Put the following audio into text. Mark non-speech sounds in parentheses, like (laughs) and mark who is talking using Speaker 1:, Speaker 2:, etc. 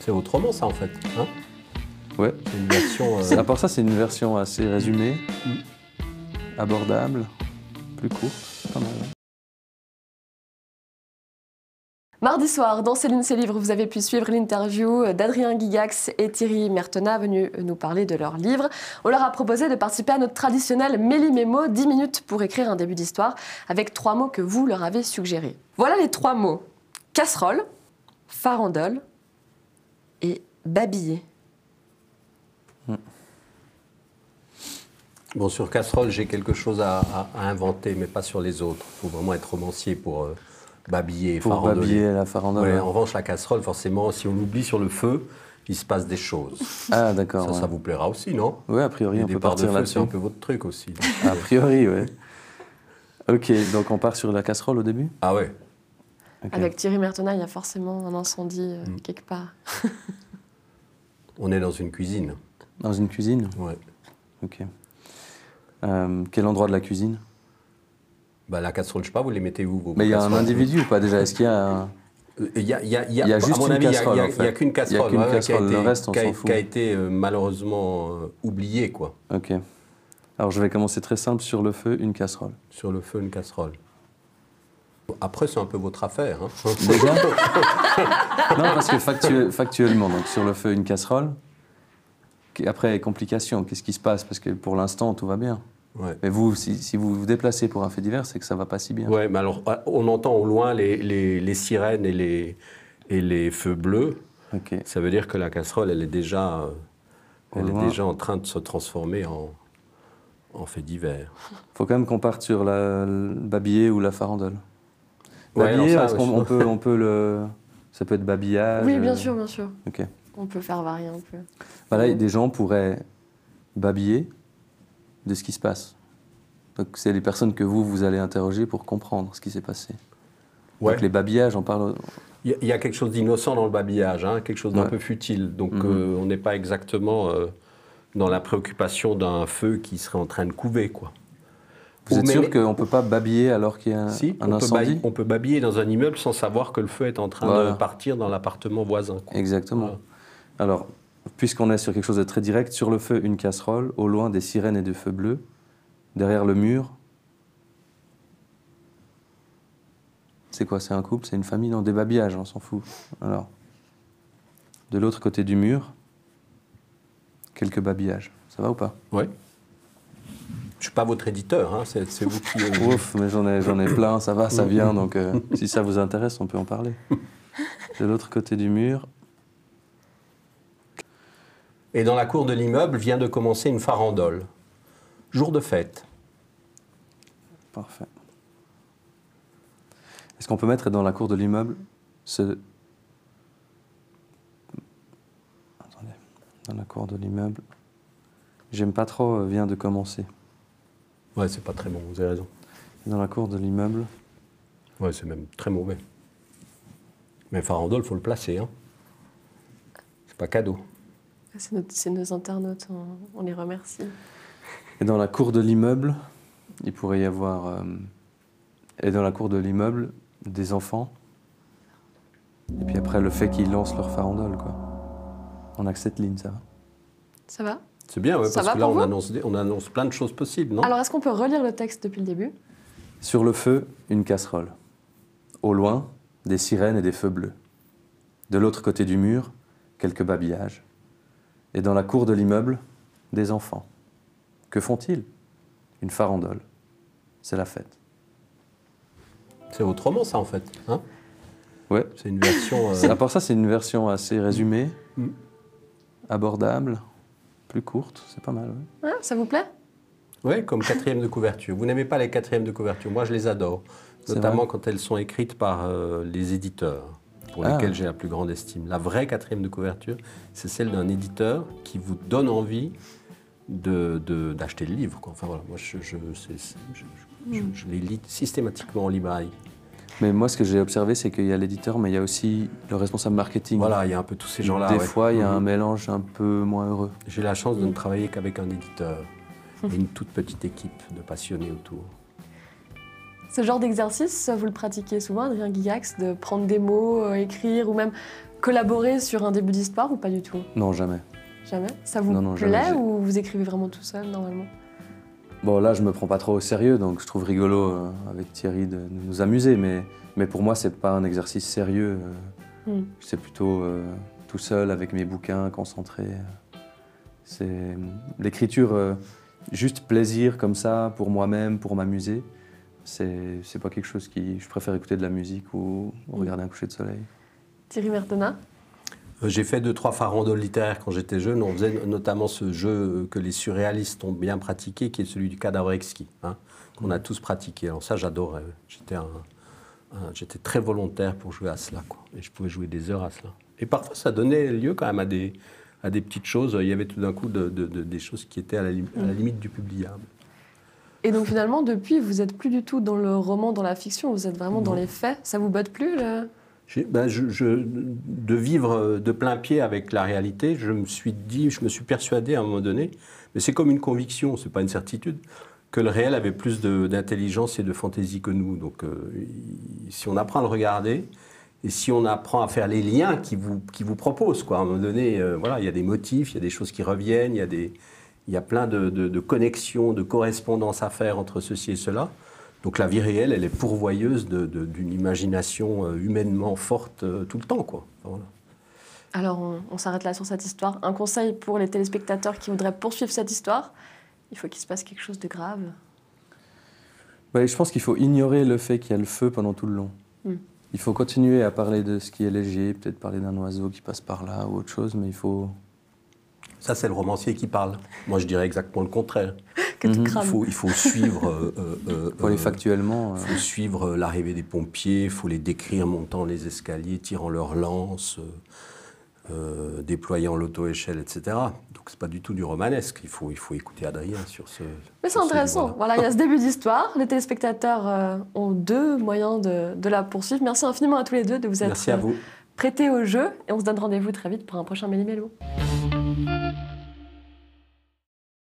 Speaker 1: C'est autrement ça en fait. hein
Speaker 2: Ouais.
Speaker 1: C'est une version. euh,
Speaker 2: À part ça, c'est une version assez résumée,
Speaker 1: Mm.
Speaker 2: abordable, plus courte, pas mal.
Speaker 3: Mardi soir, dans Céline ses livres, vous avez pu suivre l'interview d'Adrien Guigax et Thierry Mertena venus nous parler de leur livre. On leur a proposé de participer à notre traditionnel méli-mémo, 10 minutes pour écrire un début d'histoire, avec trois mots que vous leur avez suggérés. Voilà les trois mots. Casserole, farandole et babiller.
Speaker 1: Bon, sur casserole, j'ai quelque chose à, à- à inventer, mais pas sur les autres. Il faut vraiment être romancier pour euh, babiller et
Speaker 2: Pour
Speaker 1: farandoler.
Speaker 2: babiller la farandole.
Speaker 1: Ouais, En revanche, la casserole, forcément, si on l'oublie sur le feu, il se passe des choses.
Speaker 2: Ah
Speaker 1: Ça,
Speaker 2: d'accord.
Speaker 1: ça
Speaker 2: Ouais.
Speaker 1: vous plaira aussi, non
Speaker 2: Ouais, a priori,
Speaker 1: Les
Speaker 2: on peut
Speaker 1: départs de
Speaker 2: partir
Speaker 1: feu, c'est
Speaker 2: là-dessus. Ah,
Speaker 1: un peu votre truc aussi.
Speaker 2: A priori, ouais. Ok, donc on part sur la casserole au début
Speaker 1: ah ouais.
Speaker 2: Ok.
Speaker 3: Avec Thierry Mertena, il y a forcément un incendie euh, quelque part.
Speaker 1: On est dans une cuisine.
Speaker 2: Dans une cuisine
Speaker 1: Ouais.
Speaker 2: Ok. Euh, quel endroit de la cuisine
Speaker 1: Bah, la casserole, je sais pas, vous les mettez où vos
Speaker 2: Mais il y a un
Speaker 1: casseroles
Speaker 2: individu ou pas déjà Est-ce qu'il y a un-
Speaker 1: Euh, Il y a, il y a- il y a-
Speaker 2: Il y a
Speaker 1: à
Speaker 2: juste
Speaker 1: mon
Speaker 2: une
Speaker 1: avis, il y a-
Speaker 2: casserole,
Speaker 1: il y a-
Speaker 2: en fait.
Speaker 1: Il n'y a qu'une casserole,
Speaker 2: qu'une
Speaker 1: ouais, ouais,
Speaker 2: casserole,
Speaker 1: qui a
Speaker 2: le
Speaker 1: été,
Speaker 2: reste, on
Speaker 1: qui a-
Speaker 2: s'en fout.
Speaker 1: qui a été euh, malheureusement euh, oubliée, quoi.
Speaker 2: Ok. Alors je vais commencer très simple sur le feu, une casserole.
Speaker 1: Sur le feu, une casserole. Après, c'est un peu votre affaire. hein.
Speaker 2: Déjà Non, parce que factuel- factuellement, donc sur le feu, une casserole. Qu- Après, complications, qu'est-ce qui se passe Parce que pour l'instant, tout va bien.
Speaker 1: (laughs) Ouais.
Speaker 2: Mais vous, si, si vous vous déplacez pour un fait divers, c'est que ça va pas si bien.
Speaker 1: Ouais, mais alors, on entend au loin les, les- les sirènes et les, et les feux bleus.
Speaker 2: Ok.
Speaker 1: Ça veut dire que la casserole, elle est déjà, euh,
Speaker 2: Au
Speaker 1: elle est
Speaker 2: loin.
Speaker 1: déjà en train de se transformer en, en fait divers.
Speaker 2: Faut quand même qu'on parte sur la, le babiller ou la farandole.
Speaker 1: Ouais,
Speaker 2: Babiller,
Speaker 1: alors
Speaker 2: parce
Speaker 1: ça,
Speaker 2: qu'on
Speaker 1: ouais.
Speaker 2: on peut, on peut le. Ça peut être babillage.
Speaker 3: oui, bien
Speaker 2: euh,
Speaker 3: sûr, bien sûr.
Speaker 2: Ok.
Speaker 3: On peut faire varier un peu.
Speaker 2: Bah là, des gens pourraient babiller de ce qui se passe. Donc, c'est les personnes que vous, vous allez interroger pour comprendre ce qui s'est passé.
Speaker 1: Ouais.
Speaker 2: Donc, les babillages, on parle.
Speaker 1: Il y a- il y, a quelque chose d'innocent dans le babillage, hein, quelque chose d'un
Speaker 2: Ouais.
Speaker 1: peu futile. Donc
Speaker 2: Mhm.
Speaker 1: euh, on n'est pas exactement euh, dans la préoccupation d'un feu qui serait en train de couver. Quoi.
Speaker 2: Vous
Speaker 1: Ou
Speaker 2: êtes
Speaker 1: même-
Speaker 2: sûr qu'on ne peut pas babiller alors qu'il y a un,
Speaker 1: Si,
Speaker 2: Euh, un
Speaker 1: on, peut
Speaker 2: incendie
Speaker 1: bailler- on peut babiller dans un immeuble sans savoir que le feu est en train
Speaker 2: Voilà.
Speaker 1: de partir dans l'appartement voisin. quoi.
Speaker 2: Exactement.
Speaker 1: Voilà.
Speaker 2: Alors, puisqu'on est sur quelque chose de très direct, sur le feu, une casserole, au loin des sirènes et du feu bleu, derrière le mur. C'est quoi C'est un couple C'est une famille Non, des babillages, on s'en fout. Alors, de l'autre côté du mur, quelques babillages. Ça va
Speaker 1: (laughs)
Speaker 2: ou pas
Speaker 1: Ouais. Je ne suis pas votre éditeur, hein, c'est c'est vous qui... euh,
Speaker 2: (laughs) Ouf, mais j'en ai, j'en ai plein, ça va, ça vient, donc euh, si ça vous intéresse, on peut
Speaker 1: (laughs)
Speaker 2: en parler. De l'autre côté du mur,
Speaker 1: Et dans la cour de l'immeuble vient de commencer une farandole. Jour de fête.
Speaker 2: Parfait. Est-ce qu'on peut mettre dans la cour de l'immeuble ce. Attendez. Dans la cour de l'immeuble. J'aime pas trop, euh, vient de commencer.
Speaker 1: Ouais, c'est pas très bon, vous avez raison.
Speaker 2: Dans la cour de l'immeuble.
Speaker 1: Ouais, c'est même très mauvais. Mais farandole, faut le placer, hein. C'est pas cadeau.
Speaker 3: C'est notre- c'est nos internautes, on- on les remercie.
Speaker 2: Et dans la cour de l'immeuble, il pourrait y avoir. euh, et dans la cour de l'immeuble, des enfants. Et puis après, le fait qu'ils lancent leur farandole, quoi. On a que cette ligne, ça va
Speaker 3: Ça va
Speaker 1: C'est bien, ouais,
Speaker 3: Ça
Speaker 1: parce
Speaker 3: va
Speaker 1: que là,
Speaker 3: pour
Speaker 1: on
Speaker 3: vous
Speaker 1: annonce, des- on annonce plein de choses possibles,
Speaker 2: Oh.
Speaker 1: non
Speaker 3: Alors, est-ce qu'on peut relire le texte depuis le début
Speaker 2: Sur le feu, une casserole. Au loin, des sirènes et des feux bleus. De l'autre côté du mur, quelques babillages. Et dans la cour de l'immeuble, des enfants. Que font-ils Une farandole. C'est la fête.
Speaker 1: C'est autrement, ça, en fait. hein
Speaker 2: Ouais.
Speaker 1: c'est une
Speaker 3: (laughs)
Speaker 1: version. euh,
Speaker 2: À part ça, c'est une version assez résumée,
Speaker 1: Mm.
Speaker 2: abordable, plus courte. C'est pas mal. ouais.
Speaker 3: Hein, Ça vous plaît
Speaker 1: ouais, comme quatrième de couverture. Vous n'aimez pas les quatrièmes de couverture. Moi, je les adore.
Speaker 2: C'est
Speaker 1: Notamment quand elles sont écrites par euh, les éditeurs, pour
Speaker 2: Ah.
Speaker 1: lesquels j'ai la plus grande estime. La vraie quatrième de couverture, c'est celle d'un éditeur qui vous donne envie de- de- d'acheter le livre. quoi. Enfin, voilà, moi, je, je- c'est- c'est- je- je- je- je les lis systématiquement en librairie.
Speaker 2: Mais moi, ce que j'ai observé, c'est qu'il y a l'éditeur, mais il y a aussi le responsable marketing.
Speaker 1: Voilà, il y a un peu tous ces gens-là.
Speaker 2: Des
Speaker 1: ouais.
Speaker 2: fois, il y a un
Speaker 1: Mhm.
Speaker 2: mélange un peu moins heureux.
Speaker 1: J'ai la chance de ne travailler qu'avec un éditeur et une toute petite équipe de passionnés autour.
Speaker 3: Ce genre d'exercice, vous le pratiquez souvent, Adrien Guillax, de prendre des mots, euh, écrire, ou même collaborer sur un début d'histoire ou pas du tout
Speaker 2: Non, jamais.
Speaker 3: Jamais Ça vous
Speaker 2: Non, non,
Speaker 3: plaît
Speaker 2: jamais, j'ai-
Speaker 3: ou vous écrivez vraiment tout seul normalement
Speaker 2: Bon, là, je me prends pas trop au sérieux, donc je trouve rigolo euh, avec Thierry de, de nous amuser, mais, mais pour moi, c'est pas un exercice sérieux. euh,
Speaker 3: Hmm.
Speaker 2: C'est plutôt euh, tout seul avec mes bouquins, concentré. euh. C'est euh, l'écriture, euh, juste plaisir comme ça, pour moi-même, pour m'amuser. C'est c'est pas quelque chose qui. Je préfère écouter de la musique ou, ou
Speaker 3: Hmm.
Speaker 2: regarder un coucher de soleil.
Speaker 3: Thierry Mertena
Speaker 1: Euh, J'ai fait deux, trois farandoles littéraires quand j'étais jeune. On faisait notamment ce jeu euh, que les surréalistes ont bien pratiqué, qui est celui du cadavre exquis, hein, qu'on a tous pratiqué. Alors ça, j'adorais. J'étais un- un- j'étais très volontaire pour jouer à cela. quoi. Et je pouvais jouer des heures à cela. Et parfois, ça donnait lieu quand même à des, à des petites choses. Il y avait tout d'un coup de- de- de- des choses qui étaient à la, lim- à la limite du publiable.
Speaker 3: Et donc finalement, depuis, vous n'êtes plus du tout dans le roman, dans la fiction, vous êtes vraiment dans les faits. Ça vous botte plus le-
Speaker 1: J'ai- ben, je- je- de vivre euh, de plein pied avec la réalité, je me suis dit, je me suis persuadé à un moment donné, mais c'est comme une conviction, c'est pas une certitude, que le réel avait plus de- d'intelligence et de fantaisie que nous. Donc, euh, il- si on apprend à le regarder et si on apprend à faire les liens qui vous qui vous proposent, quoi, à un moment donné, euh, voilà, il y a des motifs, il y a des choses qui reviennent, il y a des il y a plein de, de- de connexions, de correspondances à faire entre ceci et cela. Donc la vie réelle, elle est pourvoyeuse de- de- d'une imagination euh, humainement forte euh, tout le temps, quoi. Voilà.
Speaker 3: Alors on, on s'arrête là sur cette histoire. Un conseil pour les téléspectateurs qui voudraient poursuivre cette histoire il faut qu'il se passe quelque chose de grave.
Speaker 2: Ouais, je pense qu'il faut ignorer le fait qu'il y a le feu pendant tout le long.
Speaker 3: Mm.
Speaker 2: Il faut continuer à parler de ce qui est léger, peut-être parler d'un oiseau qui passe par là ou autre chose, mais il faut.
Speaker 1: Ça, c'est le romancier qui parle. Moi, je dirais exactement le contraire.
Speaker 3: Que tout
Speaker 2: Mhm, il
Speaker 1: Il
Speaker 3: crame.
Speaker 1: faut, il faut suivre, euh, euh, euh,
Speaker 2: faut aller
Speaker 1: euh,
Speaker 2: factuellement. euh,
Speaker 1: faut suivre euh, l'arrivée des pompiers, il faut les décrire montant les escaliers, tirant leurs lances, euh, euh, déployant l'auto-échelle, etc. Donc c'est pas du tout du romanesque. Il faut, il faut écouter Adrien sur ce.
Speaker 3: Mais c'est
Speaker 1: sur ce
Speaker 3: intéressant.
Speaker 1: livre-là.
Speaker 3: Voilà, il y a ce début d'histoire. Les téléspectateurs euh, ont deux moyens de, de la poursuivre. Merci infiniment à tous les deux de vous être
Speaker 1: Merci à vous.
Speaker 3: prêtés au jeu. Et on se donne rendez-vous très vite pour un prochain Méli Mélo.